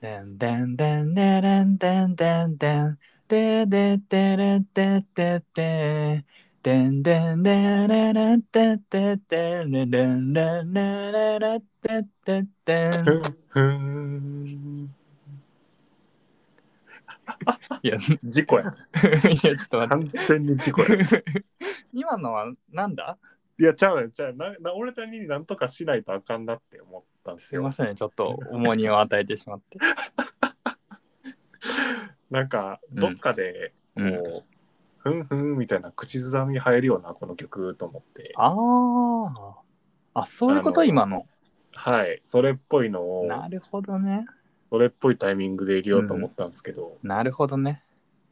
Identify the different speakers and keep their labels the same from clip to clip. Speaker 1: でんでんでんでれんでんでんでんでででれででででんでんでれれでででれれれれれれででで
Speaker 2: ふ
Speaker 1: ん
Speaker 2: んふん。
Speaker 1: いや
Speaker 2: 事故や。
Speaker 1: いやちょっと待っ
Speaker 2: 完全に事故や。
Speaker 1: て今のはなんだ
Speaker 2: いや、ちゃうやんちゃうやんなな俺たちになんとかしないとあかんなって思ったんです
Speaker 1: すい
Speaker 2: よ
Speaker 1: ま。せんちょっと重荷を与えてしまって
Speaker 2: なんか、
Speaker 1: うん
Speaker 2: どっかで、こう、
Speaker 1: うん
Speaker 2: ふんふんみたいな口ずさみ入るような、この曲と思って。
Speaker 1: あーあそういうこと
Speaker 2: あの
Speaker 1: 今の
Speaker 2: はい。それっぽいのを、
Speaker 1: なるほどね
Speaker 2: それっぽいタイミングで入れようと思ったんですけど、
Speaker 1: なるほどね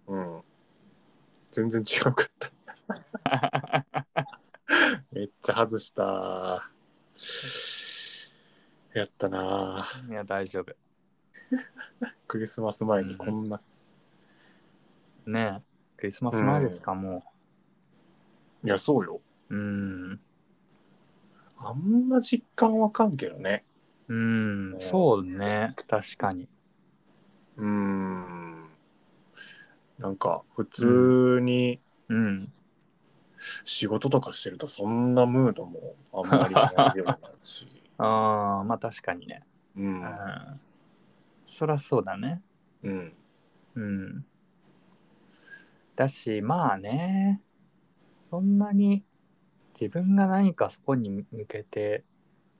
Speaker 2: うん。全然違うかった。 めっちゃ外した。やったなぁ
Speaker 1: いや大丈夫
Speaker 2: クリスマス前にこんな、
Speaker 1: ねえクリスマス前ですか、も
Speaker 2: いや、そうよ。
Speaker 1: ううん
Speaker 2: あんま実感わかんけどね。
Speaker 1: うんそうね確かに
Speaker 2: うーん。なんか、普通に
Speaker 1: うん
Speaker 2: 仕事とかしてると、そんなムードもあんまりないようになるし。
Speaker 1: あーまあ確かにね
Speaker 2: う。
Speaker 1: うんんそらそうだね
Speaker 2: うん。
Speaker 1: うんだしまあねそんなに自分が何かそこに向けて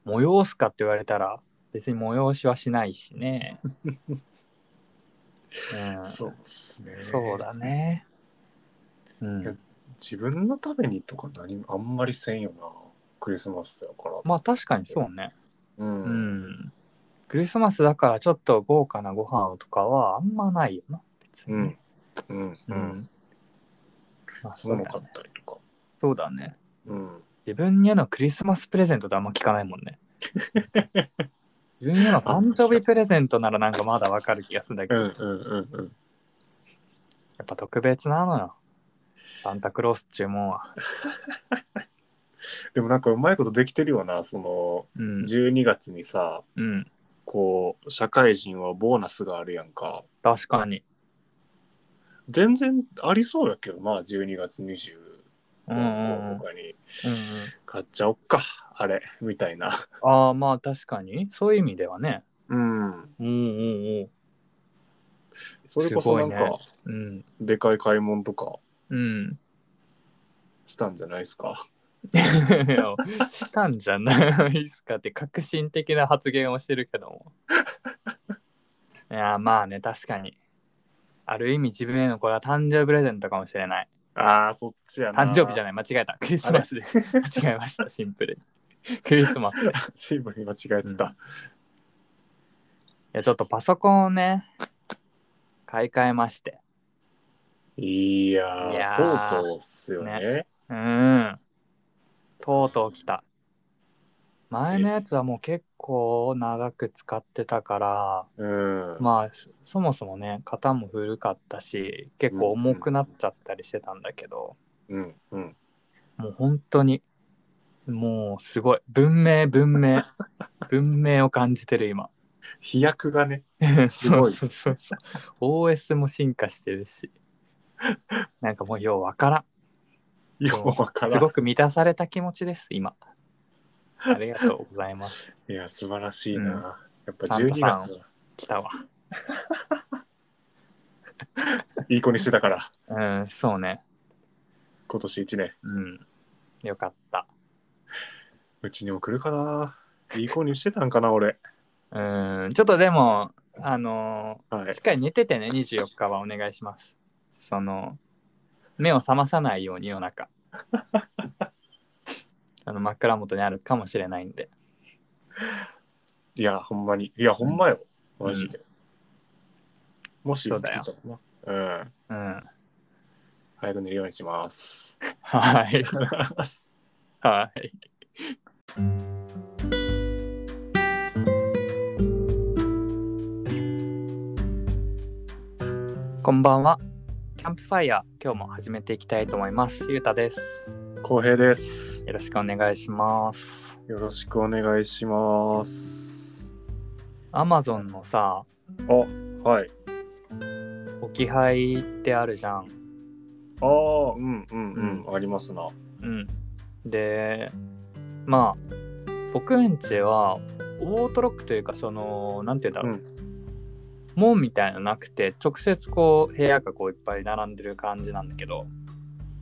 Speaker 1: 催すかって言われたら別に催しはしないし ね、うん、
Speaker 2: そうですね。
Speaker 1: そうだねうん
Speaker 2: 自分のためにとか何もあんまりせんよなクリスマスだから、
Speaker 1: まあ確かにそうね
Speaker 2: うん
Speaker 1: うんクリスマスだからちょっと豪華なご飯をとかはあんまないよな別
Speaker 2: う
Speaker 1: に
Speaker 2: んうんう
Speaker 1: うんんまあ
Speaker 2: す
Speaker 1: そ
Speaker 2: ご
Speaker 1: うだ
Speaker 2: か
Speaker 1: ね
Speaker 2: ったりとか
Speaker 1: そうだね
Speaker 2: うん
Speaker 1: 自分へのクリスマスプレゼントってあんま聞かないもん ね。自分への誕生日プレゼントならなんかまだわかる気がするんだけ
Speaker 2: う
Speaker 1: ど、
Speaker 2: ん
Speaker 1: や
Speaker 2: うんうんうん
Speaker 1: っぱ特別なのよ。サンタクロース注文は。
Speaker 2: でもなんかうまいことできてるよなその
Speaker 1: うん。
Speaker 2: 12月にさ
Speaker 1: うん。
Speaker 2: こう社会人はボーナスがあるやんか
Speaker 1: 確かに。
Speaker 2: 全然ありそうやけどな12月20
Speaker 1: うんうんうん。
Speaker 2: とかに
Speaker 1: うんうん、
Speaker 2: 買っちゃおっかあれみたいな
Speaker 1: ああ、まあ確かに。そういう意味ではね。
Speaker 2: うん
Speaker 1: うんうん
Speaker 2: それこそなん
Speaker 1: すごい
Speaker 2: か
Speaker 1: ねうん。うん。
Speaker 2: でかい買い物とか
Speaker 1: うん。
Speaker 2: したんじゃないですか
Speaker 1: いやしたんじゃないですかって革新的な発言をしてるけども。いや、まあね、確かに。ある意味自分へのこれは誕生日プレゼントかもしれない。
Speaker 2: ああそっちやな
Speaker 1: 誕生日じゃない、間違えた。クリスマスです。間違えました、シンプルに。クリスマスで。い
Speaker 2: チームに間違えてた。
Speaker 1: や、ちょっとパソコンをね、買い替えまして。
Speaker 2: いやー
Speaker 1: いやー
Speaker 2: とうとうっすよね。
Speaker 1: うーん。とうとう来た。前のやつはもう結構長く使ってたから、
Speaker 2: うん。
Speaker 1: まあそそもそもね型も古かったし結構重くなっちゃったりしてたんだけど、
Speaker 2: うんうん。
Speaker 1: もう本当にもうすごい文明文 明文明を感じてる今
Speaker 2: 飛躍がね。す
Speaker 1: そ
Speaker 2: ご
Speaker 1: う
Speaker 2: い
Speaker 1: そうそうそう OS も進化してるしなんかもうようわから
Speaker 2: ようわか
Speaker 1: ん
Speaker 2: ら
Speaker 1: すご
Speaker 2: ん。
Speaker 1: く満たされた気持ちです今ありがとうございます
Speaker 2: いや、素晴らしいな。
Speaker 1: うん
Speaker 2: やっぱ
Speaker 1: サンタ
Speaker 2: 12
Speaker 1: さん
Speaker 2: 月は
Speaker 1: 来たわ
Speaker 2: いい子にしてたから、
Speaker 1: うんそうね
Speaker 2: 今年1年。
Speaker 1: うんよかった
Speaker 2: うちにも来るかな。いい子にしてたんかな、俺。
Speaker 1: うんちょっとでもあのー
Speaker 2: はい
Speaker 1: しっ。かり寝ててね、24日はお願いします。その、目を覚まさないように夜 中。あの枕元にあるかもしれないんで。
Speaker 2: いや、ほんまに。いや、ほんまよ。マジで。もし、
Speaker 1: そうだよ
Speaker 2: 来てたらなうん。
Speaker 1: うん。
Speaker 2: 早く寝るようにします。
Speaker 1: はい。はい。こんばんは。キャンプファイヤー、今日も始めていきたいと思います。ゆうたです。
Speaker 2: 浩平です。
Speaker 1: よろしくお願いします。
Speaker 2: よろしくお願いします。
Speaker 1: アマゾンのさ、
Speaker 2: あ、はい。
Speaker 1: 置き配ってあるじゃん。
Speaker 2: ああ、うんうんうん、ありますな。
Speaker 1: うん、でまあ僕んちはオートロックというかそのなんて言うんだろう、門みたいなのなくて直接こう部屋がこういっぱい並んでる感じなんだけど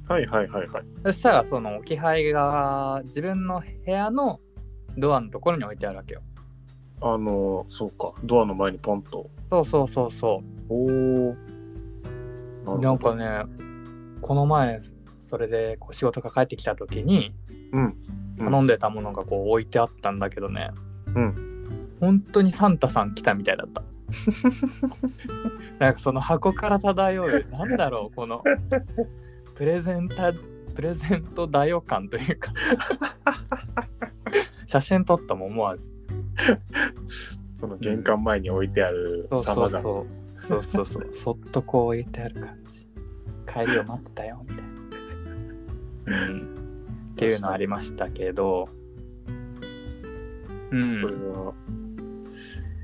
Speaker 2: はいはいはいはい。
Speaker 1: そしたらその置き配が自分の部屋のドアのところに置いてあるわけよ
Speaker 2: あの、そうか、ドアの前にポンと。
Speaker 1: そうそうそうそ
Speaker 2: おお。
Speaker 1: うなんか。ねこの前それでこう仕事が帰ってきた時に
Speaker 2: うん。うん
Speaker 1: 頼んでたものがこう置いてあったんだけどね
Speaker 2: うん。
Speaker 1: 本当にサンタさん来たみたいだった なんかその箱から漂うなんだろうこのプレゼンタプレゼントだよ感というか 写真撮ったもん思わず
Speaker 2: その玄関前に置いてある
Speaker 1: そうそ
Speaker 2: 様
Speaker 1: う
Speaker 2: 々。
Speaker 1: そうそうそうそうそっとこう置いてある感じ帰りを待ってたよみたいな、うん、っていうのありましたけどう
Speaker 2: それ
Speaker 1: ん、
Speaker 2: は。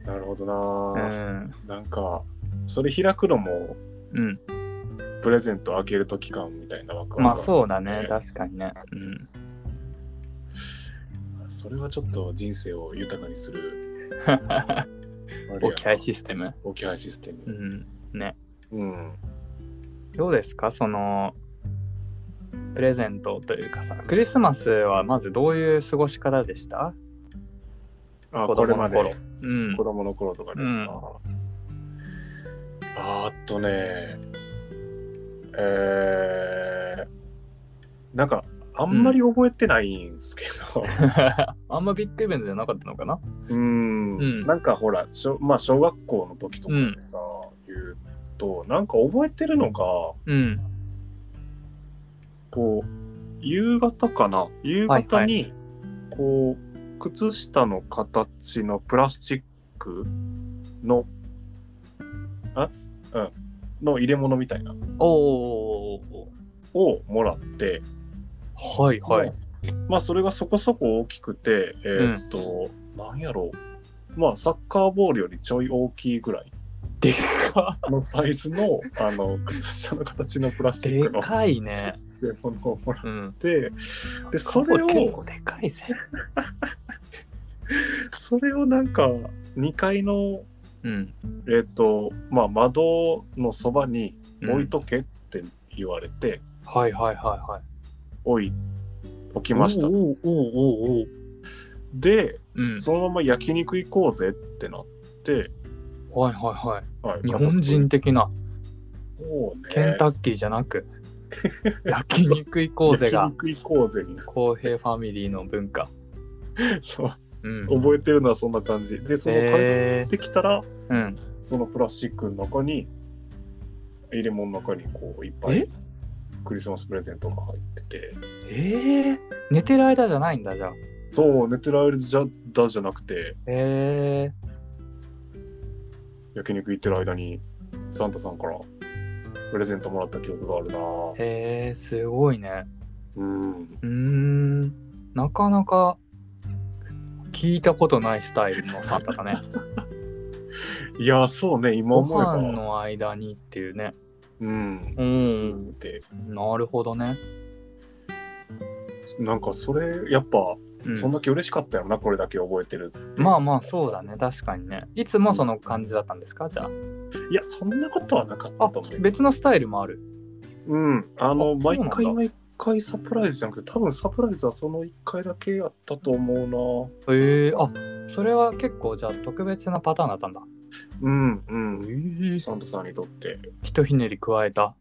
Speaker 2: なるほどな
Speaker 1: う
Speaker 2: ー、
Speaker 1: ん
Speaker 2: なんか、それ開くのも、
Speaker 1: うん、
Speaker 2: プレゼント開けるとき感みたいなワクワク
Speaker 1: まあそうだね確かにねうん
Speaker 2: それはちょっと人生を豊かにする。
Speaker 1: 置き配システム。
Speaker 2: 置き配システ
Speaker 1: う
Speaker 2: ム。
Speaker 1: ん。ね。
Speaker 2: うん。
Speaker 1: どうですかその、プレゼントというかさ、クリスマスはまずどういう過ごし方でした
Speaker 2: あ、
Speaker 1: 子
Speaker 2: これ
Speaker 1: 供
Speaker 2: ま
Speaker 1: の
Speaker 2: で。
Speaker 1: 頃。うん
Speaker 2: 子。供の頃とかですか、あーっとねえー、なんかあんまり覚えてないんですけ ど
Speaker 1: あんまビッグイベントじゃなかったのかな
Speaker 2: うーん
Speaker 1: うん
Speaker 2: なんかほらしょ、まあ、小学校の時とかでさ、言うとなんか覚えてるのが
Speaker 1: うん。
Speaker 2: こう夕方かな夕方にこう靴下の形のプラスチックのあうんの入れ物みたいな
Speaker 1: おー。
Speaker 2: をもらって、
Speaker 1: はいはい。
Speaker 2: まあそれがそこそこ大きくてえーっと、なんやろうまあサッカーボールよりちょい大きいぐらい
Speaker 1: でか
Speaker 2: のサイズのあの靴下の形のプラスチッ
Speaker 1: で
Speaker 2: クの
Speaker 1: かいね。
Speaker 2: 入れ物をもらっ
Speaker 1: うん。
Speaker 2: てでそれを
Speaker 1: 結構でかいぜ。
Speaker 2: それをなんか2階の
Speaker 1: うん。
Speaker 2: えっ、と、まあ、窓のそばに
Speaker 1: うん
Speaker 2: 置いとけって言われて、
Speaker 1: はいはいはいはい。
Speaker 2: 置い、置きました
Speaker 1: お。ーおーおーおー
Speaker 2: で、
Speaker 1: うん。
Speaker 2: そのまま焼肉行こうぜってなって、
Speaker 1: はいはいはい。
Speaker 2: はい
Speaker 1: 日本人的な。
Speaker 2: もうね、
Speaker 1: ケンタッキーじゃな く、焼肉行こうぜが
Speaker 2: 焼、肉行こうぜにな
Speaker 1: 公平ファミリーの文化。
Speaker 2: そう、
Speaker 1: うん。
Speaker 2: 覚えてるのはそんな感じ。で、その帰
Speaker 1: え
Speaker 2: ってきたら、
Speaker 1: ーうん。
Speaker 2: そのプラスチックの中に、入れ物の中にこういっぱ
Speaker 1: え
Speaker 2: いクリスマスプレゼントが入ってて、
Speaker 1: えー、寝てる間じゃないんだじゃあ。
Speaker 2: そう、寝てる間じゃだじゃなくて、
Speaker 1: え
Speaker 2: 焼肉行ってる間にサンタさんからプレゼントもらった記憶があるなぁ
Speaker 1: ー、えー、すごいね。
Speaker 2: うん
Speaker 1: うーん。なかなか聞いたことないスタイルのサンタだね。
Speaker 2: いやそうね今
Speaker 1: ご
Speaker 2: 思え
Speaker 1: 飯
Speaker 2: ば
Speaker 1: の間にっていうね。
Speaker 2: うん
Speaker 1: うん
Speaker 2: 好きって
Speaker 1: なるほどね。
Speaker 2: なんかそれやっぱ、
Speaker 1: うん、
Speaker 2: そんだけ嬉しかったよなこれだけ覚えてる
Speaker 1: まあまあそうだね。確かにね。いつもその感じだったんですかじゃ
Speaker 2: いやそんなことはなかっ
Speaker 1: あ。
Speaker 2: た
Speaker 1: あ
Speaker 2: と思います
Speaker 1: 別のスタイルもある。
Speaker 2: うん
Speaker 1: あ
Speaker 2: あの
Speaker 1: そう
Speaker 2: 毎
Speaker 1: なんだ
Speaker 2: 回毎回サプライズじゃなくて多分サプライズはその1回だけやったと思
Speaker 1: へえあそれは結構じゃあ特別なパターンだったんだ。
Speaker 2: うなうんうん
Speaker 1: え
Speaker 2: サンタさんにとって
Speaker 1: ひとひねり加えた。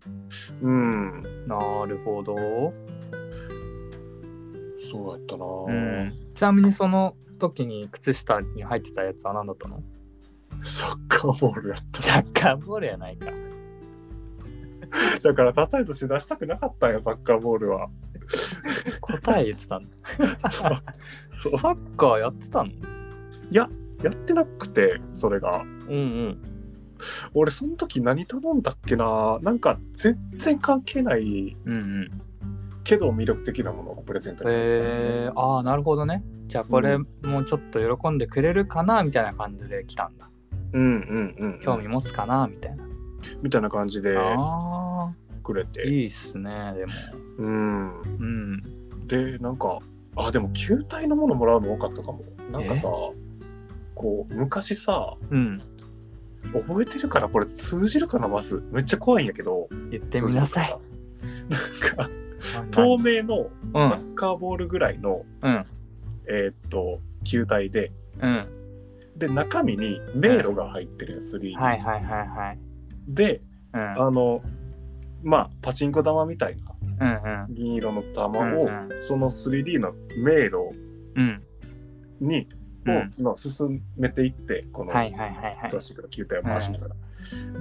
Speaker 2: うん
Speaker 1: なるほど。
Speaker 2: そうやったな
Speaker 1: う
Speaker 2: ぁ、
Speaker 1: ん、ちなみにその時に靴下に入ってたやつは何だったの
Speaker 2: サッカーボールやった
Speaker 1: サッカーボールやないか。
Speaker 2: だから叩いとして出したくなかったんよサッカーボールは。
Speaker 1: 答え言ってたの。
Speaker 2: そうそ う
Speaker 1: サッカーやってたの
Speaker 2: やってなくてそれが
Speaker 1: うん
Speaker 2: 俺その時何頼んだっけななんか全然関係ない
Speaker 1: うん。うんうん。
Speaker 2: けど魅力的なものがプレゼントになりましたね、
Speaker 1: えー、ああ、なるほどね。じゃあこれもちょっと喜んでくれるかなみたいな感じで来たんだ。
Speaker 2: うんうんうんうん。
Speaker 1: 興味持つかなみたいな。
Speaker 2: みたいな感じで
Speaker 1: あ
Speaker 2: くれ
Speaker 1: あ、
Speaker 2: て。
Speaker 1: いいっすね、でも。
Speaker 2: うん。
Speaker 1: うん。
Speaker 2: でなんかあでも球体のものもらうの多かったかもなんかさこう昔さ
Speaker 1: うん。
Speaker 2: 覚えてるからこれ通じるかなまずめっちゃ怖いんやけど
Speaker 1: 言ってみなさい。
Speaker 2: 通じるかななんか透明の
Speaker 1: うん
Speaker 2: サッカーボールぐらいの、
Speaker 1: うん。
Speaker 2: えーっと球体で
Speaker 1: うん。
Speaker 2: で中身に迷路が入ってるよ 3D、
Speaker 1: はいはいはいはい。
Speaker 2: で
Speaker 1: うん。
Speaker 2: あのまあパチンコ玉みたいな
Speaker 1: うん
Speaker 2: 銀色の玉
Speaker 1: うん。
Speaker 2: を、
Speaker 1: うん
Speaker 2: その 3D の迷路
Speaker 1: うん。
Speaker 2: に、
Speaker 1: う
Speaker 2: を
Speaker 1: ん。
Speaker 2: の進めていってこの
Speaker 1: はいはいはいはい
Speaker 2: プラ。スチックの球体を回しながら、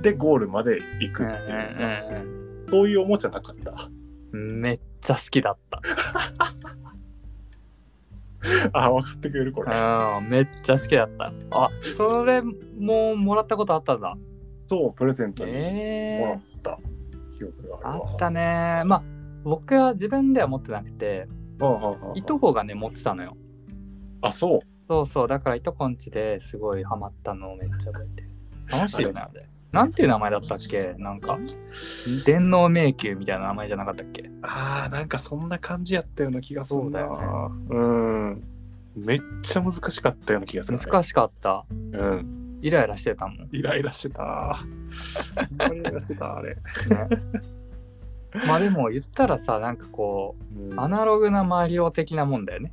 Speaker 2: でゴールまで行くっていうさ、
Speaker 1: うんうん
Speaker 2: そういうおもちゃなかった
Speaker 1: めっちゃ好きだった。
Speaker 2: あ分かってくれるこれ、
Speaker 1: うん、めっちゃ好きだった。あ、それももらったことあったんだ。
Speaker 2: そうプレゼントに
Speaker 1: え
Speaker 2: もら
Speaker 1: え
Speaker 2: った記憶があるわ
Speaker 1: あったね。まあ、僕は自分では持ってなくて、
Speaker 2: うんうんうん
Speaker 1: いとこがね、持ってたのよ。
Speaker 2: あそう
Speaker 1: そうそう、だからいとこんちですごいハマったのをめっちゃ覚えてる。楽しいよね、あれ。なんていう名前だったっけなんか、電脳迷宮みたいな名前じゃなかったっけ
Speaker 2: あーなんかそんな感じやったような気がするな
Speaker 1: そうだよ
Speaker 2: うんめっちゃ難しかったような気がする、ね、
Speaker 1: 難しかった。
Speaker 2: うん
Speaker 1: イライラしてたもん。ね、
Speaker 2: イライラしてたイライラしてたあれ、
Speaker 1: まあでも言ったらさ、なんかこう、
Speaker 2: うん
Speaker 1: アナログなマリオ的なもんだよね。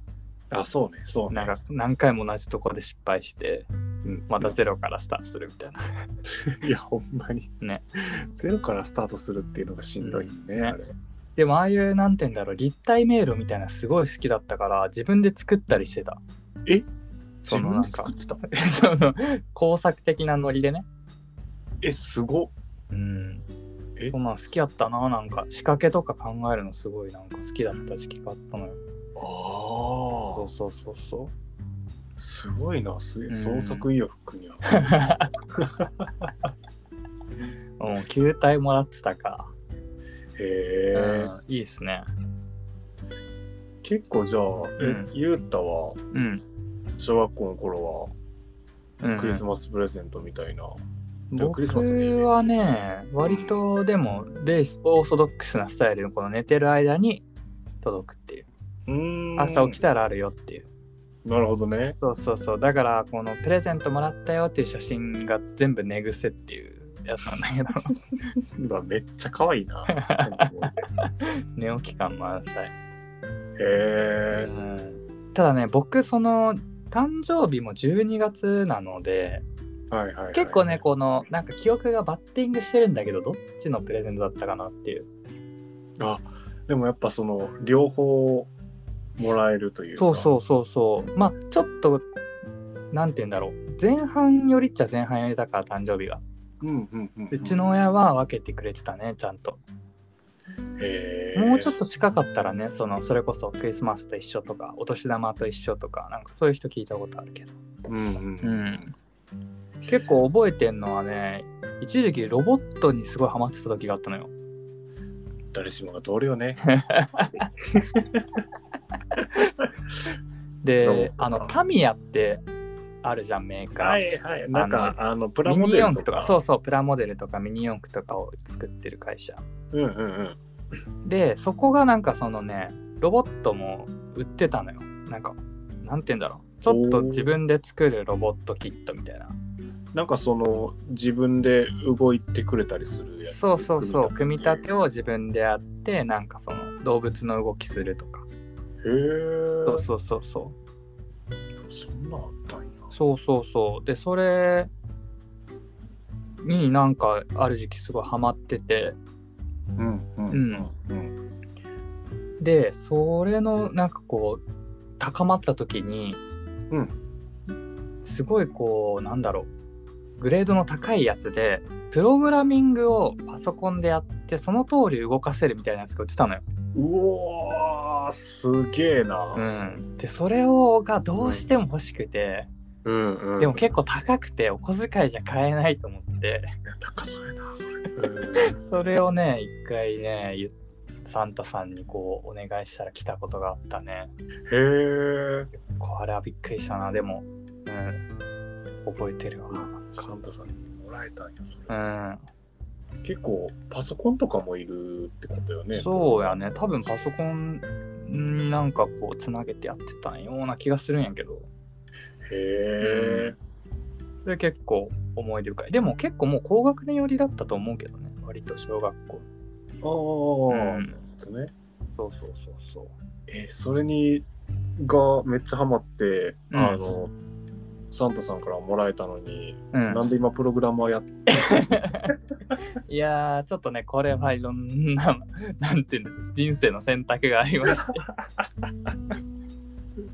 Speaker 2: あそうねそうね
Speaker 1: なんか何回も同じとこで失敗して
Speaker 2: うん
Speaker 1: またゼロからスタートするみたいな。
Speaker 2: いやほんまに
Speaker 1: ね
Speaker 2: ゼロからスタートするっていうのがしんどいね,、
Speaker 1: うんね
Speaker 2: あれ
Speaker 1: でもああいうなんて言うんだろう立体迷路みたいなのすごい好きだったから自分で作ったりしてた。
Speaker 2: 自
Speaker 1: その
Speaker 2: 分
Speaker 1: なん
Speaker 2: で
Speaker 1: か
Speaker 2: 作ってた
Speaker 1: その工作的なノリでね。
Speaker 2: えすごっ
Speaker 1: うん
Speaker 2: え。
Speaker 1: そんなん好きやったななんか仕掛けとか考えるのすごいなんか好きだった時期があったのよ。
Speaker 2: あ
Speaker 1: そうそうそう そ
Speaker 2: あすごいなすげえ
Speaker 1: うん
Speaker 2: 創作意 欲には、
Speaker 1: う。うん球体もらってたか
Speaker 2: へえ
Speaker 1: ら。、うんいいっすね。
Speaker 2: 結構じゃあえ、
Speaker 1: うん
Speaker 2: ゆうたは
Speaker 1: うん。
Speaker 2: 小学校の頃
Speaker 1: うんう
Speaker 2: は
Speaker 1: ん
Speaker 2: クリスマスプレゼントみたいな、でも
Speaker 1: 僕
Speaker 2: クリスマスの家で
Speaker 1: はね、割とでも、レイス、オーソドックスなスタイルのこの寝てる間に届くっていう。
Speaker 2: うーん
Speaker 1: 朝起きたらあるよっていう。
Speaker 2: なるほどね
Speaker 1: そうそうそう。だから、このプレゼントもらったよっていう写真が全部寝癖っていうやつなんだけ ど、
Speaker 2: 今めっちゃ可愛い な
Speaker 1: 寝起き感満載。う
Speaker 2: へえ
Speaker 1: ん、ただね、僕、その、誕生日も12月なので、
Speaker 2: はいはい、はい、
Speaker 1: 結構ね、この、なんか記憶がバッティングしてるんだけど、どっちのプレゼントだったかなっていう。
Speaker 2: でもやっぱその両方もらえるというか
Speaker 1: そうそうそうそうまあちょっとなんて言うんだろう前半よりっちゃ前半よりだから誕生日が
Speaker 2: うんうんうんん
Speaker 1: うちの親は分けてくれてたねちゃんと、
Speaker 2: へー
Speaker 1: もうちょっと近かったらねそのそれこそクリスマスと一緒とかお年玉と一緒とかなんかそういう人聞いたことあるけど
Speaker 2: うんう
Speaker 1: う
Speaker 2: ん
Speaker 1: ん結構覚えてんのはね一時期ロボットにすごいハマってた時があったのよ
Speaker 2: 誰しもが通るよね。ロボッ
Speaker 1: で
Speaker 2: トか
Speaker 1: あのタミヤってあるじゃんメーカー、
Speaker 2: はいはい。なんかあのプラ
Speaker 1: ミ
Speaker 2: モ
Speaker 1: ニ
Speaker 2: デ
Speaker 1: 四
Speaker 2: ル
Speaker 1: 駆
Speaker 2: と
Speaker 1: と
Speaker 2: か。
Speaker 1: かそうそうプラモデルとかミニ四駆とかを作ってる会社
Speaker 2: うんうんうん。
Speaker 1: でそこがなんかそのねロボットも売ってたのよなんかなんて言うんだろうちょっと自分で作るロボットキットみたいな
Speaker 2: なんかその自分で動いてくれたりするやつ。
Speaker 1: そうそうそう組み立て
Speaker 2: を。
Speaker 1: を自分でやってなんかその動物の動きするとか
Speaker 2: へえ。
Speaker 1: そうそうそうそう
Speaker 2: そんなんあったんや。
Speaker 1: そうそうそうでそれになんかある時期すごいハマってて
Speaker 2: うんうんうん
Speaker 1: でそれのなんかこう高まった時に、
Speaker 2: うん
Speaker 1: すごいこうなんだろうグレードの高いやつでプログラミングをパソコンでやってその通り動かせるみたいなやつが売ってたのよ。
Speaker 2: うん。うおーすげえ
Speaker 1: う
Speaker 2: な。
Speaker 1: ん、でそれをがどうしても欲しくて、
Speaker 2: うんうん。
Speaker 1: でも結構高くてお小遣いじゃ買えないと思って
Speaker 2: 高そうやなそれ。うん
Speaker 1: それをね一回ねゆサンタさんにこうお願いしたら来たことがあったね。
Speaker 2: へえ。
Speaker 1: これはびっくりしたな、でも、うん、覚えてるわ。
Speaker 2: サンタさんにもらえたんや、それ
Speaker 1: うん。
Speaker 2: 結構、パソコンとかもいるってことよね。
Speaker 1: そうやね。多分パソコンになんかこう、つなげてやってたんような気がするんやけど、
Speaker 2: へえ。
Speaker 1: それ結構思い出深い。でも結構もう高学年寄りだったと思うけどね、割と小学校。
Speaker 2: ああ、
Speaker 1: うん
Speaker 2: とね。
Speaker 1: そうそうそうそう。
Speaker 2: え、それに、がめっちゃハマって、
Speaker 1: うん
Speaker 2: あの、サンタさんからもらえたのに、
Speaker 1: うん、
Speaker 2: なんで今プログラマーやって
Speaker 1: いやー、ちょっとね、これはいろんな、なんていうんです人生の選択がありま して。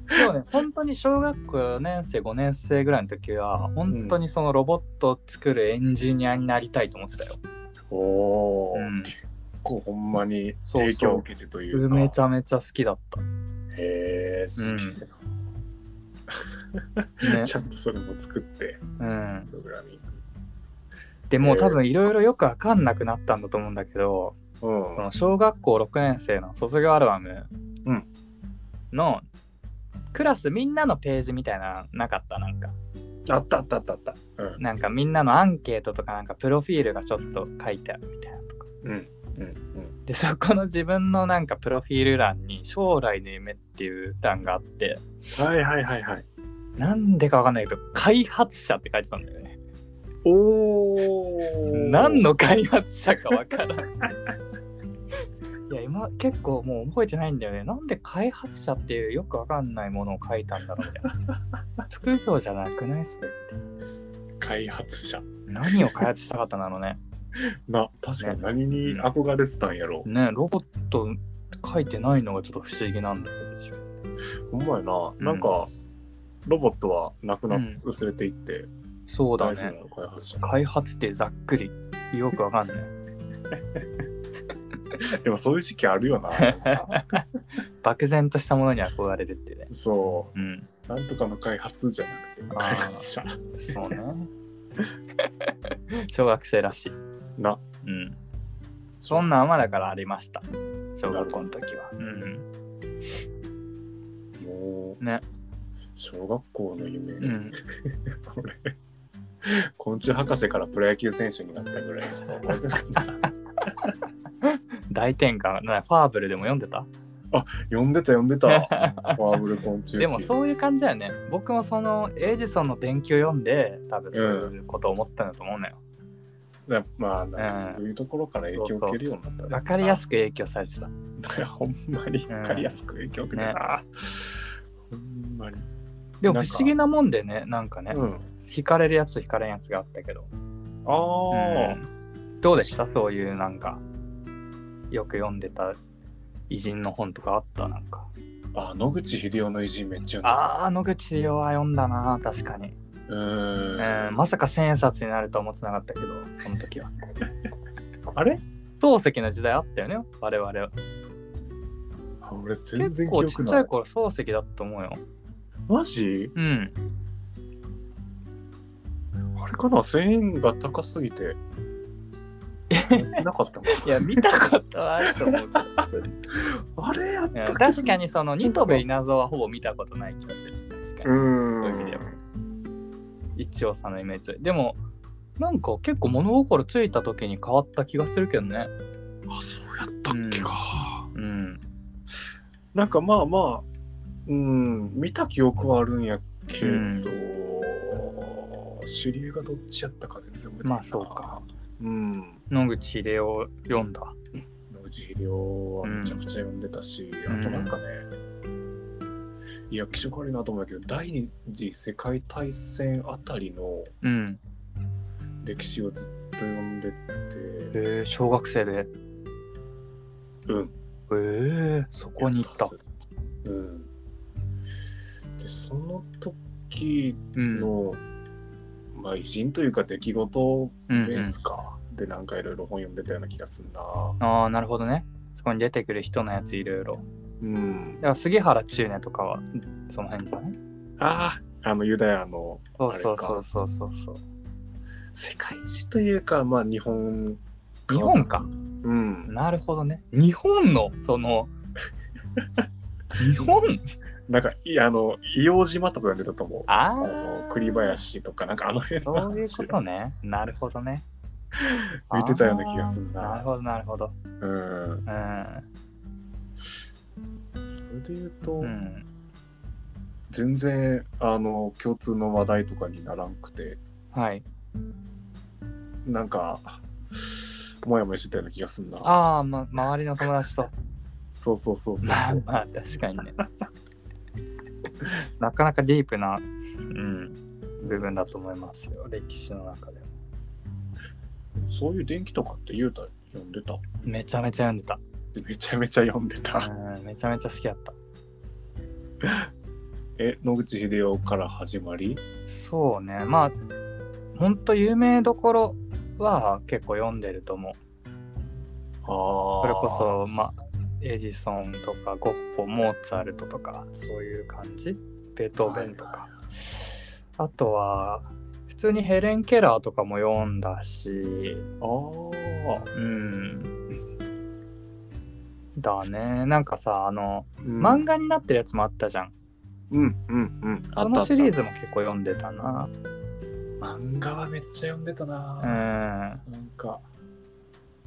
Speaker 1: そうね、本当に小学校4年生、5年生ぐらいの時は、本当にそのロボットを作るエンジニアになりたいと思ってたよ。
Speaker 2: おお、
Speaker 1: うん
Speaker 2: 結構ほんまに
Speaker 1: そうそう
Speaker 2: 影響を受けてというか。
Speaker 1: めちゃめちゃ好きだった。
Speaker 2: へえ、すげえな、
Speaker 1: ね
Speaker 2: ちゃんとそれも作って、
Speaker 1: うん、
Speaker 2: プログラミン
Speaker 1: でもう多分いろいろよくわかんなくなったんだと思うんだけど、
Speaker 2: グ。うん。
Speaker 1: その小学校6年生の卒業アルバム
Speaker 2: うん
Speaker 1: の、クラスみんなのページみたいなのなかったなんか
Speaker 2: あったあったあったあった。うん。
Speaker 1: なんかみんなのアンケートとかなんかプロフィールがちょっと書いてあるみたいなとか
Speaker 2: うん。うん。
Speaker 1: でそこの自分のなんかプロフィール欄に将来の夢っていう欄があって
Speaker 2: うん。はいはいはいはい。
Speaker 1: なんでかわかんないけど開発者って書いてたんだよね
Speaker 2: おー。
Speaker 1: 何の開発者かわからん いや今結構もう覚えてないんだよねなんで開発者っていうよくわかんないものを書いたんだろうみたい な副業じゃなくないっすか
Speaker 2: 開発者。
Speaker 1: 何を開発したかったんだろうね
Speaker 2: な、確かに何に憧れてたんやろ。
Speaker 1: ねロボット書いてないのがちょっと不思議なんだけど自分
Speaker 2: ほんまやな。
Speaker 1: ん
Speaker 2: なんか、ロボットはなくなっ
Speaker 1: うん
Speaker 2: 薄れていって、
Speaker 1: そうだ
Speaker 2: 大事な
Speaker 1: ね。
Speaker 2: の開発者。
Speaker 1: 開発ってざっくりよくわかんない。
Speaker 2: でもそういう時期あるよな。
Speaker 1: 漠然としたものに憧れるっていうね。
Speaker 2: そう。
Speaker 1: うん。
Speaker 2: なんとかの開発じゃなくて、
Speaker 1: あー
Speaker 2: 開発者。
Speaker 1: そうね。 小学生らしい。
Speaker 2: な。
Speaker 1: うん。そんなんまだからありました。小学校の時は。うん。
Speaker 2: もう、
Speaker 1: ね。
Speaker 2: 小学校の夢、
Speaker 1: うん。
Speaker 2: 俺、昆虫博士からプロ野球選手になったぐらいしか覚えてない。
Speaker 1: 大転換。なファーブルでも読んでた
Speaker 2: 読んでた読 んでた。ファーブル昆虫記。
Speaker 1: でもそういう感じだよね。僕もそのエジソンの電球読んで、多分そういうことを思ったんだと思うのよ。
Speaker 2: なまあ、なんかそういうところから影響を受けるようになったね。
Speaker 1: わかりや
Speaker 2: く。
Speaker 1: すく影響されてた。
Speaker 2: ほんまにわかりやすく影響を受けたな。ほんまに。
Speaker 1: でも不思議なもんでね、なんかね、
Speaker 2: うん。
Speaker 1: 惹かれるやつと惹かれんやつがあったけど。
Speaker 2: ああ、
Speaker 1: うんどうでしたそういうなんかよく読んでた偉人の本とかあったなんか
Speaker 2: あ、野口英世の偉人めっちゃ読んで
Speaker 1: あー野口洋は読んだな確かに、
Speaker 2: た。うー
Speaker 1: うん
Speaker 2: ん。
Speaker 1: まさか千円札になるとは思ってなかったけどその時は
Speaker 2: あれ
Speaker 1: 漱石の時代あったよね我々は
Speaker 2: あ俺全
Speaker 1: 結
Speaker 2: 然記
Speaker 1: 構ち
Speaker 2: 憶
Speaker 1: っちゃ
Speaker 2: ないい。
Speaker 1: 頃漱石だったと思うよ
Speaker 2: マジ
Speaker 1: うん
Speaker 2: あれかな ?1000 円が高すぎて。やってなかったの
Speaker 1: いや見たことはあると思 うけど
Speaker 2: あれやっ
Speaker 1: う
Speaker 2: た
Speaker 1: ん
Speaker 2: けど
Speaker 1: 確かにそのニトベ稲造はほぼ見たことない気がする確かに
Speaker 2: うーん。
Speaker 1: そういう意味では一応さんのイメージでもなんか結構物心ついた時に変わった気がするけどね
Speaker 2: あ、そうやったっけか。
Speaker 1: うん
Speaker 2: なんかまあまあ、うん、見た記憶はあるんやけ
Speaker 1: う
Speaker 2: ど、
Speaker 1: ん
Speaker 2: 主流がどっちやったか全然覚えてないな。
Speaker 1: まあそうか。
Speaker 2: うん。
Speaker 1: 野口英世を読んだ
Speaker 2: 野口英世はめちゃくちゃ読んでたし、
Speaker 1: うん
Speaker 2: あとなんかね、いや、気色悪いなと思うけど、第二次世界大戦あたりの
Speaker 1: うん
Speaker 2: 歴史をずっと読んでて、
Speaker 1: えー、小学生で
Speaker 2: うん。
Speaker 1: えー、そこに行った
Speaker 2: うん。で、その時
Speaker 1: うんうん
Speaker 2: の、まあ、偉人というか出来事
Speaker 1: う
Speaker 2: ベ
Speaker 1: ん
Speaker 2: ースか。で、なんかいろいろ本読んでたような気がすんな。
Speaker 1: ああなるほどねそこに出てくる人のやついろいろ
Speaker 2: うん
Speaker 1: だか。ら杉原千畝とかはうんその辺じゃない
Speaker 2: ああ、あの、ユダヤの
Speaker 1: そうそうそう
Speaker 2: あ
Speaker 1: そうそうそう
Speaker 2: 世界史というか、まあ、日本
Speaker 1: 日本か。
Speaker 2: うん。
Speaker 1: なるほどね日本のその日本
Speaker 2: なんか、いあの、硫黄島とかが出たと思う。
Speaker 1: あ
Speaker 2: あ
Speaker 1: あ
Speaker 2: の、栗林とか、なんかあの辺の
Speaker 1: そういう
Speaker 2: 話
Speaker 1: こ
Speaker 2: を
Speaker 1: とね。なるほどね。
Speaker 2: 見てたような気がすんな
Speaker 1: あーなるほど、なるほど。
Speaker 2: うん。
Speaker 1: うん。
Speaker 2: それで言うと、
Speaker 1: うん。
Speaker 2: 全然、あの、共通の話題とかにならんくて、
Speaker 1: はい。
Speaker 2: なんか、もやもやしてたような気がすんな。
Speaker 1: ああ、ま、周りの友達と。
Speaker 2: そうそうそうそ う
Speaker 1: まあ
Speaker 2: そう。
Speaker 1: まあ、確かにね。 なかなかディープな、うん、部分だと思いますよ。歴史の中でも。
Speaker 2: そういう電気とかって言うた、読んでた
Speaker 1: めちゃめちゃ読んでた。
Speaker 2: めちゃめちゃ読んでた。
Speaker 1: うん、めちゃめちゃ好きだった。
Speaker 2: え、野口英世から始まり
Speaker 1: そうね。まあ、ほんと有名どころは結構読んでると思う。
Speaker 2: ああ。
Speaker 1: それこそ、まあ、エジソンとかゴッホモーツァルトとかそういう感じベートーベンとか、あとは普通にヘレン・ケラーとかも読んだし
Speaker 2: ああ。
Speaker 1: うんだねなんかさあの
Speaker 2: うん
Speaker 1: 漫画になってるやつもあったじゃん、
Speaker 2: うんうんうん。
Speaker 1: こ
Speaker 2: あったあ
Speaker 1: の
Speaker 2: った
Speaker 1: シリーズも結構読んでたな
Speaker 2: 漫画はめっちゃ読んでた
Speaker 1: う
Speaker 2: な、
Speaker 1: ん
Speaker 2: なんか、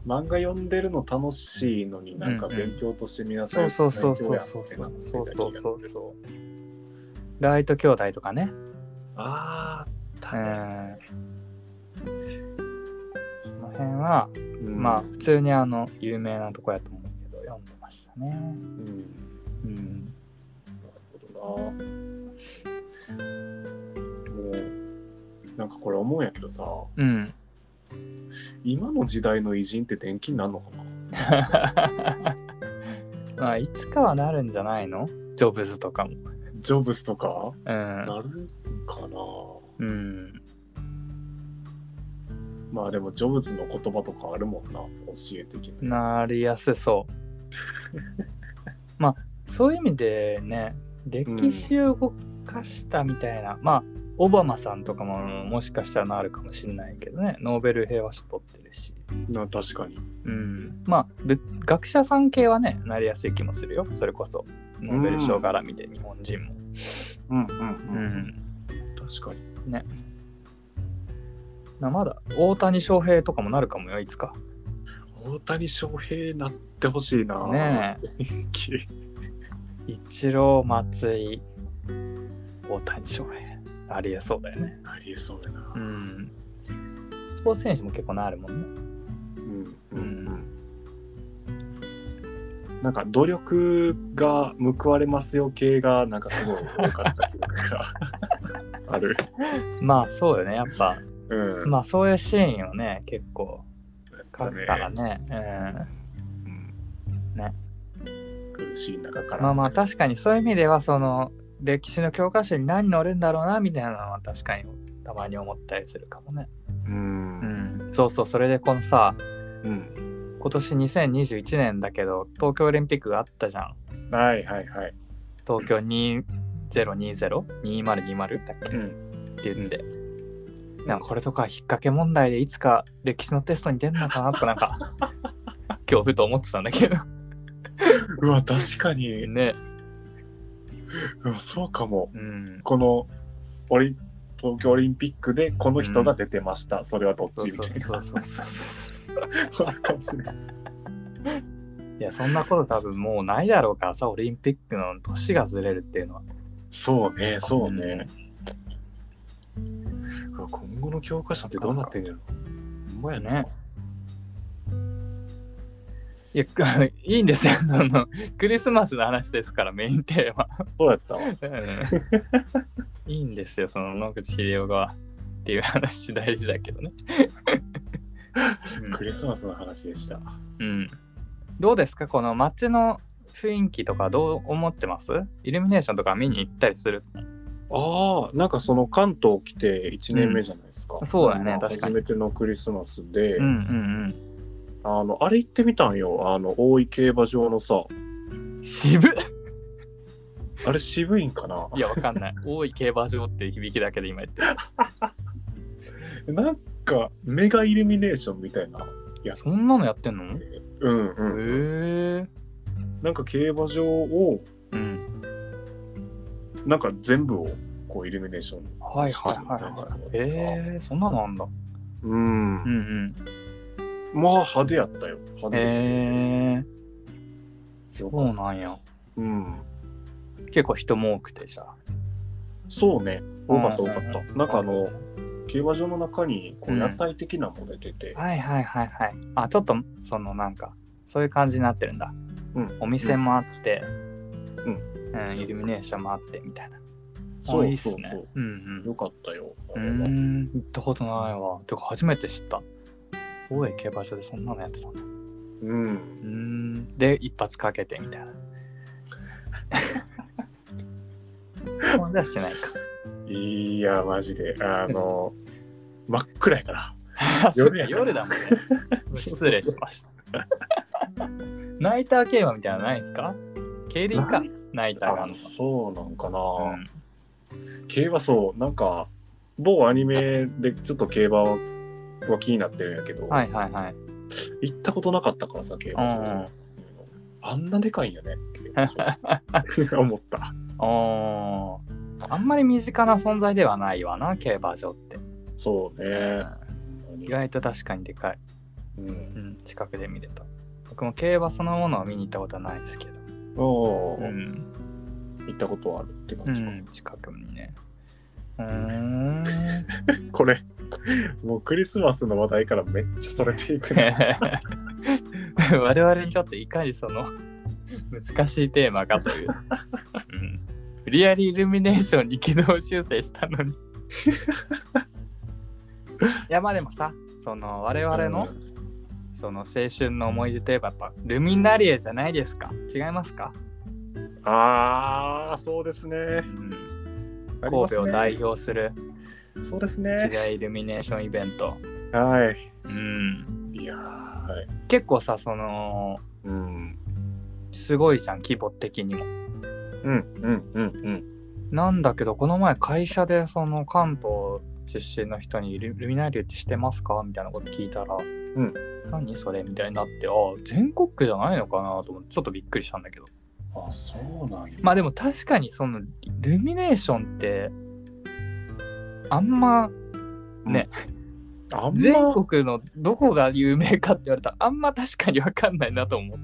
Speaker 2: 漫画読んでるの楽しいのになんか
Speaker 1: うんうん
Speaker 2: 勉強としてみなさ
Speaker 1: そ
Speaker 2: いう
Speaker 1: そうそうそう
Speaker 2: そ
Speaker 1: そううそうそうそうそうそうライト兄弟とかね
Speaker 2: ああ、
Speaker 1: う
Speaker 2: たね。
Speaker 1: んその辺は
Speaker 2: うん
Speaker 1: まあ普通にあの有名なとこやと思うけど読んでましたね。
Speaker 2: うん。なる
Speaker 1: うん。
Speaker 2: ほどな。もう、なんかこれ思うんやけどさ、
Speaker 1: うん。
Speaker 2: 今の時代の偉人って電気になるのかな
Speaker 1: まあいつかはなるんじゃないのジョブズとかも。
Speaker 2: ジョブスとか
Speaker 1: うん。
Speaker 2: なるんかな、
Speaker 1: うん。
Speaker 2: まあでもジョブズの言葉とかあるもんな、教えてきなや
Speaker 1: なりやすそう。 まあそういう意味でね歴史を動かしたみたいな、まあオバマさんとかももしかしたらなるかもしれないけどねノーベル平和賞取ってるし。
Speaker 2: つな確かに。
Speaker 1: うん、まあぶ学者さん系はねなりやすい気もするよそれこそノーベル賞絡みで日本人も、
Speaker 2: うんうんう
Speaker 1: う
Speaker 2: ん。
Speaker 1: ん
Speaker 2: 確かに。
Speaker 1: まあまだ大谷翔平とかもなるかもよいつか
Speaker 2: 大谷翔平なってほしいな。
Speaker 1: ね
Speaker 2: 元気
Speaker 1: え一郎松井大谷翔平ありえそうだよね
Speaker 2: ありえそうだな。
Speaker 1: うんスポーツ選手も結構なるもんね
Speaker 2: うん
Speaker 1: うん
Speaker 2: なんか努力が報われますよ系がなんかすごい多かった記憶がある。
Speaker 1: まあそうよねやっぱ
Speaker 2: うん。
Speaker 1: まあそういうシーンをね結構書
Speaker 2: だ
Speaker 1: くから
Speaker 2: ね。
Speaker 1: ね
Speaker 2: うん
Speaker 1: ね
Speaker 2: 苦しい中か
Speaker 1: うん、
Speaker 2: ら。
Speaker 1: まあまあ確かにそういう意味ではその歴史の教科書に何載るんだろうなみたいなのは確かにたまに思ったりするかもね
Speaker 2: う。
Speaker 1: うんんそうそうそれでこのさ
Speaker 2: うん。
Speaker 1: 今年2021年だけど東京オリンピックがあったじゃん
Speaker 2: はいはいはい。
Speaker 1: 東京20202020だっけ、っ
Speaker 2: うん。
Speaker 1: て言って、なんかこれとか引っ掛け問題でいつか歴史のテストに出るのかなとかなんか今日ふと思ってたんだけど
Speaker 2: うわ、確かに。
Speaker 1: ね
Speaker 2: うわ、そうかも。
Speaker 1: うん
Speaker 2: このオリ東京オリンピックでこの人が出てました、それはどっ
Speaker 1: そう
Speaker 2: ちみ
Speaker 1: そう
Speaker 2: たい
Speaker 1: そうそ
Speaker 2: な
Speaker 1: うそう
Speaker 2: あるかもしれない
Speaker 1: いやそんなこと多分もうないだろうからさオリンピックの年がずれるっていうのは
Speaker 2: そうねそうね、うわ今後の教科書ってどうなってんねやろほんまやな、
Speaker 1: ねいや いいんですよそのクリスマスの話ですからメインテーマ
Speaker 2: そうやった
Speaker 1: うんいいんですよ、その野口英世がっていう話大事だけどね。
Speaker 2: クリスマスの話でした
Speaker 1: うん、うんどうですかこの街の雰囲気とかどう思ってますイルミネーションとか見に行ったりする
Speaker 2: ああなんかその関東来て1年目じゃないですか、
Speaker 1: うんそうだね
Speaker 2: まあ
Speaker 1: 確かに
Speaker 2: 初めてのクリスマスで、
Speaker 1: うんうん
Speaker 2: あのあれ行ってみたんよあの大井競馬場のさ
Speaker 1: うん。渋っ
Speaker 2: あれ渋いんかない
Speaker 1: や、わかんない。多い競馬場っていう響きだけで今言ってる。
Speaker 2: なんかメガイルミネーションみたいなやつ
Speaker 1: そんなのやってんのへ
Speaker 2: うんうん
Speaker 1: え。
Speaker 2: なんか競馬場を
Speaker 1: うん。
Speaker 2: なんか全部をこうイルミネーション
Speaker 1: はい
Speaker 2: して
Speaker 1: はい
Speaker 2: るみたい
Speaker 1: は
Speaker 2: ないや
Speaker 1: は
Speaker 2: つがあ
Speaker 1: い。
Speaker 2: っ
Speaker 1: え
Speaker 2: てさ
Speaker 1: ー、そんなのあんだ。
Speaker 2: う。
Speaker 1: うんん
Speaker 2: まあ派手やったよ。派手
Speaker 1: うん。
Speaker 2: で綺麗で
Speaker 1: えー、
Speaker 2: よか
Speaker 1: そ
Speaker 2: っ
Speaker 1: うなんや。
Speaker 2: たうん。
Speaker 1: 結構人も多くてさ。
Speaker 2: そうね。多かった多かった
Speaker 1: う。
Speaker 2: なんかあの、競馬場の中にこ
Speaker 1: う
Speaker 2: うん屋台的なもの出てて、
Speaker 1: はいはいはいはい。あ、ちょっと、そのなんか、そういう感じになってるんだ。
Speaker 2: うん
Speaker 1: お店もあって、。
Speaker 2: うん
Speaker 1: うん、イルミネーションもあってみたいな。
Speaker 2: そ
Speaker 1: あいいうっ
Speaker 2: そ
Speaker 1: す
Speaker 2: う
Speaker 1: ね
Speaker 2: そう。。
Speaker 1: うんうん
Speaker 2: よかったよ。あ
Speaker 1: うー
Speaker 2: れは
Speaker 1: ん、行ったことないわ。てか、初めて知った。大江競馬場でそんなのやってたんだ。う
Speaker 2: うん
Speaker 1: ー。ん。で、一発かけてみたいな。そんなしてない
Speaker 2: いや、マジで。あの、 真っ暗やから。
Speaker 1: か。
Speaker 2: 夜や
Speaker 1: そっか夜だもんね。失礼しました。ナイター競馬みたいなのないですか競輪か
Speaker 2: ナイ。
Speaker 1: ナイターな
Speaker 2: あ
Speaker 1: のか。
Speaker 2: そうなんかな、
Speaker 1: うん
Speaker 2: 競馬そう、なんか、某アニメでちょっと競馬は気になってるんやけど、
Speaker 1: はいはいはい。
Speaker 2: 行ったことなかったからさ、競馬場、
Speaker 1: うんうん
Speaker 2: あんなでかいんや ね、競馬場思った。
Speaker 1: おーあんまり身近な存在ではないわな、競馬場って。
Speaker 2: そうね。
Speaker 1: 意外と確かにでかい。
Speaker 2: うん。
Speaker 1: うん、近くで見れた。僕も競馬そのものを見に行ったことはないですけど。
Speaker 2: おー
Speaker 1: ん。
Speaker 2: 行ったことはあるって
Speaker 1: う
Speaker 2: 感じか、
Speaker 1: ん、近くにね。うー ん。
Speaker 2: これ、もうクリスマスの話題からめっちゃそれてい くね。
Speaker 1: 我々にとっていかにその難しいテーマかという。うん無理やりイルミネーションに軌道修正した のに。いやまあでもさ、その我々の
Speaker 2: うん
Speaker 1: その青春の思い出といえばやっぱルミナリエじゃないですか違いますか、
Speaker 2: ああ、そうですね。
Speaker 1: うん、
Speaker 2: ありま
Speaker 1: 神
Speaker 2: す
Speaker 1: 戸
Speaker 2: ね
Speaker 1: を代表する
Speaker 2: そうです
Speaker 1: 時
Speaker 2: ね。
Speaker 1: 代イルミネーションイベント。
Speaker 2: はい。
Speaker 1: うん、
Speaker 2: いやーはい。
Speaker 1: 結構さ、その、
Speaker 2: うん。
Speaker 1: すごいじゃん、規模的にも。
Speaker 2: うんうんうん
Speaker 1: なんだけど、この前会社でその関東出身の人にルルミナリエってしてますかみたいなこと聞いたら、
Speaker 2: ん
Speaker 1: 何それみたいになって、あ全国区じゃないのかなと思って、ちょっとびっくりしたんだけど。
Speaker 2: うん。あ、そうなんや。
Speaker 1: まあでも確かにそのルミネーションって、あんま
Speaker 2: あん
Speaker 1: 全
Speaker 2: ま
Speaker 1: 国のどこが有名かって言われたらあんま確かに分かんないなと思っ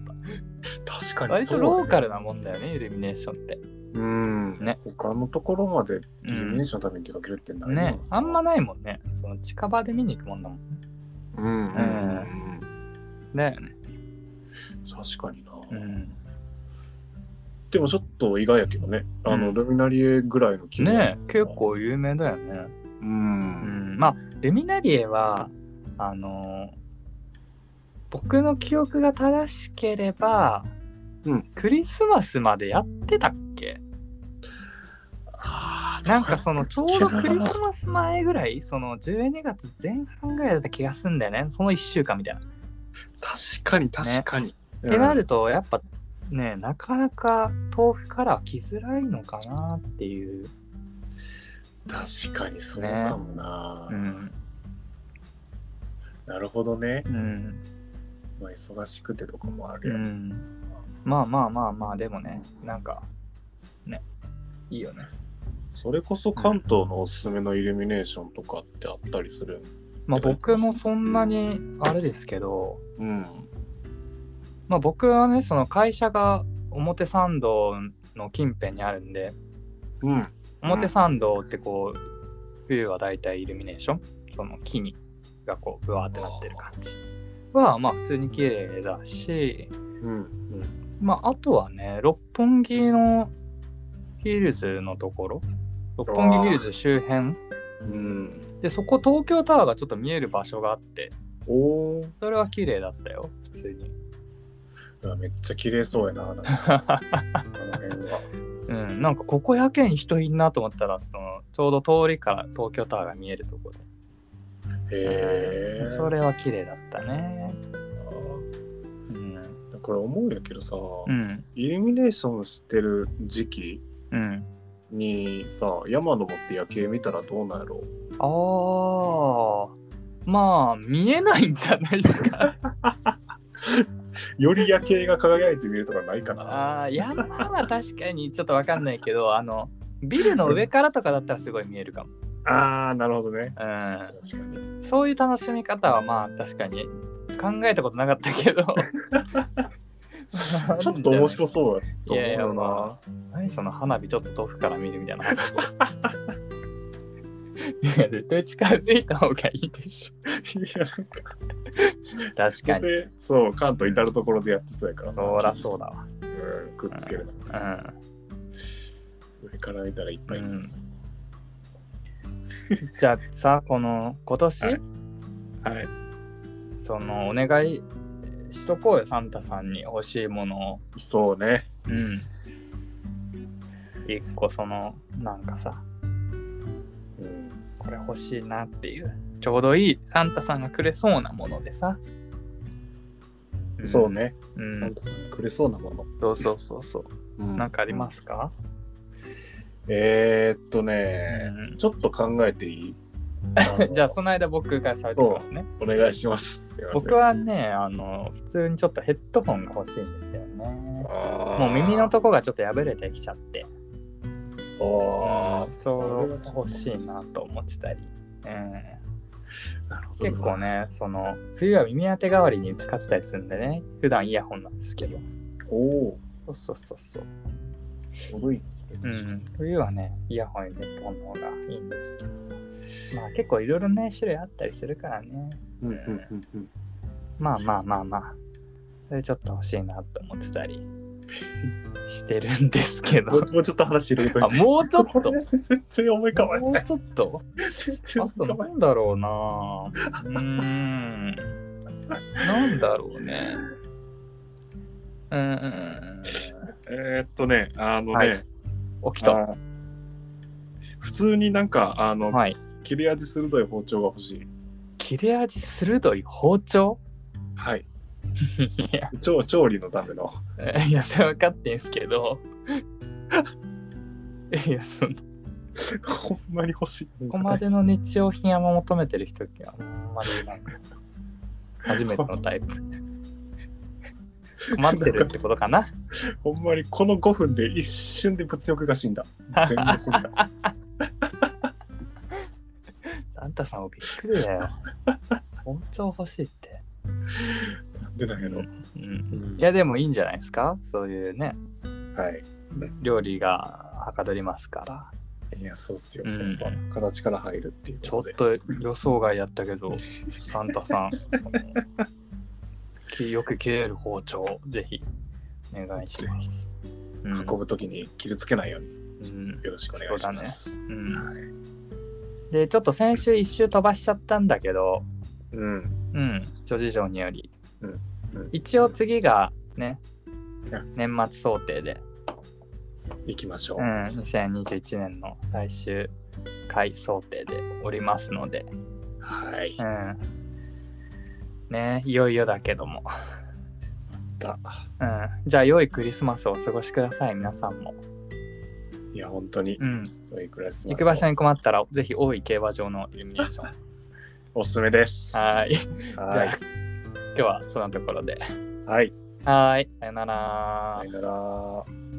Speaker 1: た。
Speaker 2: 確かに
Speaker 1: 割と
Speaker 2: そう、
Speaker 1: ローカルなもんだよね、イルミネーションって。
Speaker 2: うん。
Speaker 1: ね
Speaker 2: ね。他のところまで
Speaker 1: う
Speaker 2: イルミネー
Speaker 1: ん、
Speaker 2: ションのために出かけるってないよな
Speaker 1: ねあんま。ないもんね。その近場で見に行くもんだもん。
Speaker 2: うんうんうんうん。
Speaker 1: だよね。
Speaker 2: 確かにな。
Speaker 1: うん、
Speaker 2: でもちょっと意外やけどね。あ
Speaker 1: う
Speaker 2: の
Speaker 1: ん
Speaker 2: ルミナリエぐらいの規模。
Speaker 1: ね結。構有名だよね。
Speaker 2: う。
Speaker 1: うんん、まあ、ルミナリエは、あのー僕の記憶が正しければ、
Speaker 2: うん
Speaker 1: クリスマスまでやってたっけ
Speaker 2: あー
Speaker 1: なんかそのちょうどクリスマス前ぐらい、その12月前半ぐらいだった気がすんだよね、その1週間みたいな。っ
Speaker 2: 確かに確かに。
Speaker 1: てなると、やっぱね、なかなか遠くからは来づらいのかなっていう。
Speaker 2: うん確かにそうかもな。
Speaker 1: ん。
Speaker 2: なるほどね。
Speaker 1: うん。
Speaker 2: まあ忙しくてとかもあ
Speaker 1: う
Speaker 2: るやろ
Speaker 1: ん、まあまあまあまあ、でもね、なんか、ね、いいよね。
Speaker 2: それこそ関東のおすすめのイルミネーションとかってあったりする
Speaker 1: まあ僕もそんなにあれですけど、
Speaker 2: うん。
Speaker 1: まあ僕はね、その会社が表参道の近辺にあるんで、
Speaker 2: うん。
Speaker 1: 表参道ってこう、冬はだいたいイルミネーションその木にがこうぶわーってなってる感じはまあ普通に綺麗だし
Speaker 2: うん。
Speaker 1: まああとはね六本木のヒルズのところ六本木ヒルズ周辺
Speaker 2: うん。
Speaker 1: でそこ東京タワーがちょっと見える場所があって
Speaker 2: おー
Speaker 1: それは綺麗だったよ普通に
Speaker 2: うわめっちゃ綺麗そうやな、なんかあの辺 は。
Speaker 1: うんなんかここやけに人いんなと思ったらそのちょうど通りから東京タワーが見えるところ
Speaker 2: へ
Speaker 1: で
Speaker 2: え。
Speaker 1: それは綺麗だったねうん
Speaker 2: これ思うんやけどさ、
Speaker 1: うん
Speaker 2: イルミネーションしてる時期
Speaker 1: うん
Speaker 2: にさ、山登って夜景見たらどうなんやろ
Speaker 1: ああ、まあ、見えないんじゃないですか。
Speaker 2: より夜景が輝いて見えるとかないかな。
Speaker 1: ああ、山は確かにちょっとわかんないけど、あの、ビルの上からとかだったらすごい見えるかも。
Speaker 2: ああ、なるほどね。
Speaker 1: うん。
Speaker 2: 確かに。
Speaker 1: そういう楽しみ方はまあ確かに考えたことなかったけど。
Speaker 2: ちょっと面白
Speaker 1: う。
Speaker 2: そうだと
Speaker 1: いやいや
Speaker 2: 思うな。
Speaker 1: 何その花火ちょっと遠くから見るみたいな 話。いや絶対近づいた方がいいでしょ。
Speaker 2: いや、なんか、
Speaker 1: 確
Speaker 2: 女
Speaker 1: かに。
Speaker 2: 性、そう、関東至るところでやってそうやからさ。
Speaker 1: そらそうだわ。
Speaker 2: うん、くっつけるな。
Speaker 1: う
Speaker 2: 上から見たらいっぱいいます。
Speaker 1: ん。じゃあさ、この今年、
Speaker 2: はいはい。
Speaker 1: そのお願いしとこうよ、サンタさんに欲しいものを。
Speaker 2: そうね。
Speaker 1: うん。一個その、なんかさ、
Speaker 2: うん。
Speaker 1: これ欲しいなっていう、ちょうどいいサンタさんがくれそうなものでさ。ん
Speaker 2: そう。ね。
Speaker 1: うん、
Speaker 2: サンタさんがくれそうなもの。
Speaker 1: そうそうそうそう。
Speaker 2: うん
Speaker 1: なんかありますか、
Speaker 2: えーっとね、
Speaker 1: うん
Speaker 2: ちょっと考えてい いあの
Speaker 1: じゃあ、その間僕が喋ってきますね。
Speaker 2: お願いします。すいません。
Speaker 1: 僕はね、あの、普通にちょっとヘッドホンが欲しいんですよね。
Speaker 2: あー、
Speaker 1: もう耳のとこがちょっと破れてきちゃって、
Speaker 2: あ
Speaker 1: う
Speaker 2: あ、
Speaker 1: んそう
Speaker 2: れは
Speaker 1: 欲しいなと思ってたり。うん
Speaker 2: なるほどな
Speaker 1: 結構。ね、その冬は耳当て代わりに使ってたりするんでね、普段イヤホンなんですけど。
Speaker 2: おお
Speaker 1: そうそうそうそう。
Speaker 2: ー、ちょうどいいですね。
Speaker 1: う
Speaker 2: 確かに
Speaker 1: ん、冬はね、イヤホンに入れたのがいいんですけど。まあ結構いろいろね、種類あったりするからね。
Speaker 2: うんうんうんうん
Speaker 1: まあまあまあまあ。それちょっと欲しいなと思ってたりしてるんですけ
Speaker 2: も
Speaker 1: ど。
Speaker 2: うもう ちょっと話広げとい
Speaker 1: あ、
Speaker 2: て。
Speaker 1: もうちょっとも
Speaker 2: 全然思い浮かばな
Speaker 1: う
Speaker 2: い。
Speaker 1: ちょっと
Speaker 2: 全然
Speaker 1: あ
Speaker 2: 思い
Speaker 1: と
Speaker 2: 浮かば
Speaker 1: な
Speaker 2: ない。
Speaker 1: んだろうなうーん。なんだろうね。うーん。
Speaker 2: えーっとね、あのね、
Speaker 1: はい起き
Speaker 2: あ
Speaker 1: た。
Speaker 2: ー普通になんか、あの、
Speaker 1: はい。
Speaker 2: 切れ味鋭い包丁が欲しい。
Speaker 1: 切れ味鋭い包丁
Speaker 2: はい。
Speaker 1: いや、
Speaker 2: 調調理のための。
Speaker 1: いや、それ分かってんすけど。 いや、その、こ
Speaker 2: ほんまに欲しい。
Speaker 1: こまでの日用品山求めてる人は、ほんまになんか、初めてのタイプ。困ってるってことかな。
Speaker 2: ほんまにこの5分で一瞬で物欲が死 んだ。全部死んだ。
Speaker 1: サンタさんもびっくりだよ。包丁欲しいって。
Speaker 2: なんでなんやろ。
Speaker 1: うん。
Speaker 2: うん
Speaker 1: いや、でもいいんじゃないですかそういうね、
Speaker 2: はい。
Speaker 1: 料理がはかどりますから。
Speaker 2: いや、そうっすよ。
Speaker 1: う
Speaker 2: や
Speaker 1: ん
Speaker 2: っぱ形から入るっていう
Speaker 1: ちょ
Speaker 2: こ
Speaker 1: っ
Speaker 2: とで。
Speaker 1: と予想外やったけど、サンタさん、そのきよく切れる包丁、ぜひお願いします。うん
Speaker 2: 運ぶときに傷つけないように、
Speaker 1: うん
Speaker 2: よろしくお願いします。
Speaker 1: うん
Speaker 2: はい
Speaker 1: で、ちょっと先週一周飛ばしちゃったんだけど、
Speaker 2: うん。
Speaker 1: うん、諸事情により。
Speaker 2: うん
Speaker 1: 一応次がね
Speaker 2: う、
Speaker 1: 年末想定で、
Speaker 2: 行きましょ
Speaker 1: う。
Speaker 2: う
Speaker 1: ん、2021年の最終回想定でおりますので、
Speaker 2: はい。
Speaker 1: うん。ね、いよいよだけども。
Speaker 2: だ
Speaker 1: うん、じゃあ良いクリスマスをお過ごしください皆さんも、
Speaker 2: いや、本当に
Speaker 1: う。ん、
Speaker 2: 良いクラスマスを
Speaker 1: 行く場所に困ったらぜひ大井競馬場のイルミネーションは
Speaker 2: おすすめです。
Speaker 1: ーいじゃあ
Speaker 2: は
Speaker 1: 今日はそんなところで
Speaker 2: い。はい。
Speaker 1: はーいさよなら
Speaker 2: さよなら。